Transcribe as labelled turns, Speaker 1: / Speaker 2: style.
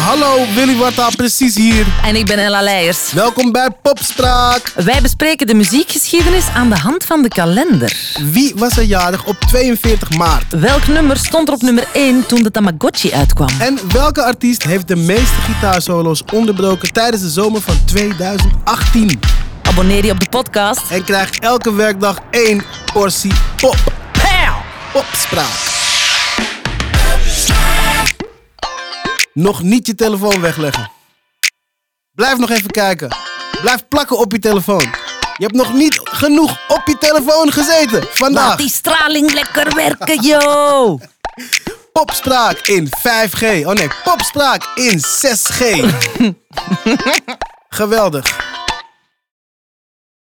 Speaker 1: Hallo, Willy Warta, precies hier.
Speaker 2: En ik ben Ella Leijers.
Speaker 1: Welkom bij Popstraat.
Speaker 2: Wij bespreken de muziekgeschiedenis aan de hand van de kalender.
Speaker 1: Wie was er jarig op 42 maart?
Speaker 2: Welk nummer stond er op nummer 1 toen de Tamagotchi uitkwam?
Speaker 1: En welke artiest heeft de meeste gitaarsolo's onderbroken tijdens de zomer van 2018?
Speaker 2: Abonneer je op de podcast.
Speaker 1: En krijgt elke werkdag één portie pop.
Speaker 2: Pow!
Speaker 1: Popstraat. Nog niet je telefoon wegleggen. Blijf nog even kijken. Blijf plakken op je telefoon. Je hebt nog niet genoeg op je telefoon gezeten vandaag.
Speaker 2: Laat die straling lekker werken, yo!
Speaker 1: Popspraak in 5G. Oh nee, popspraak in 6G. Geweldig.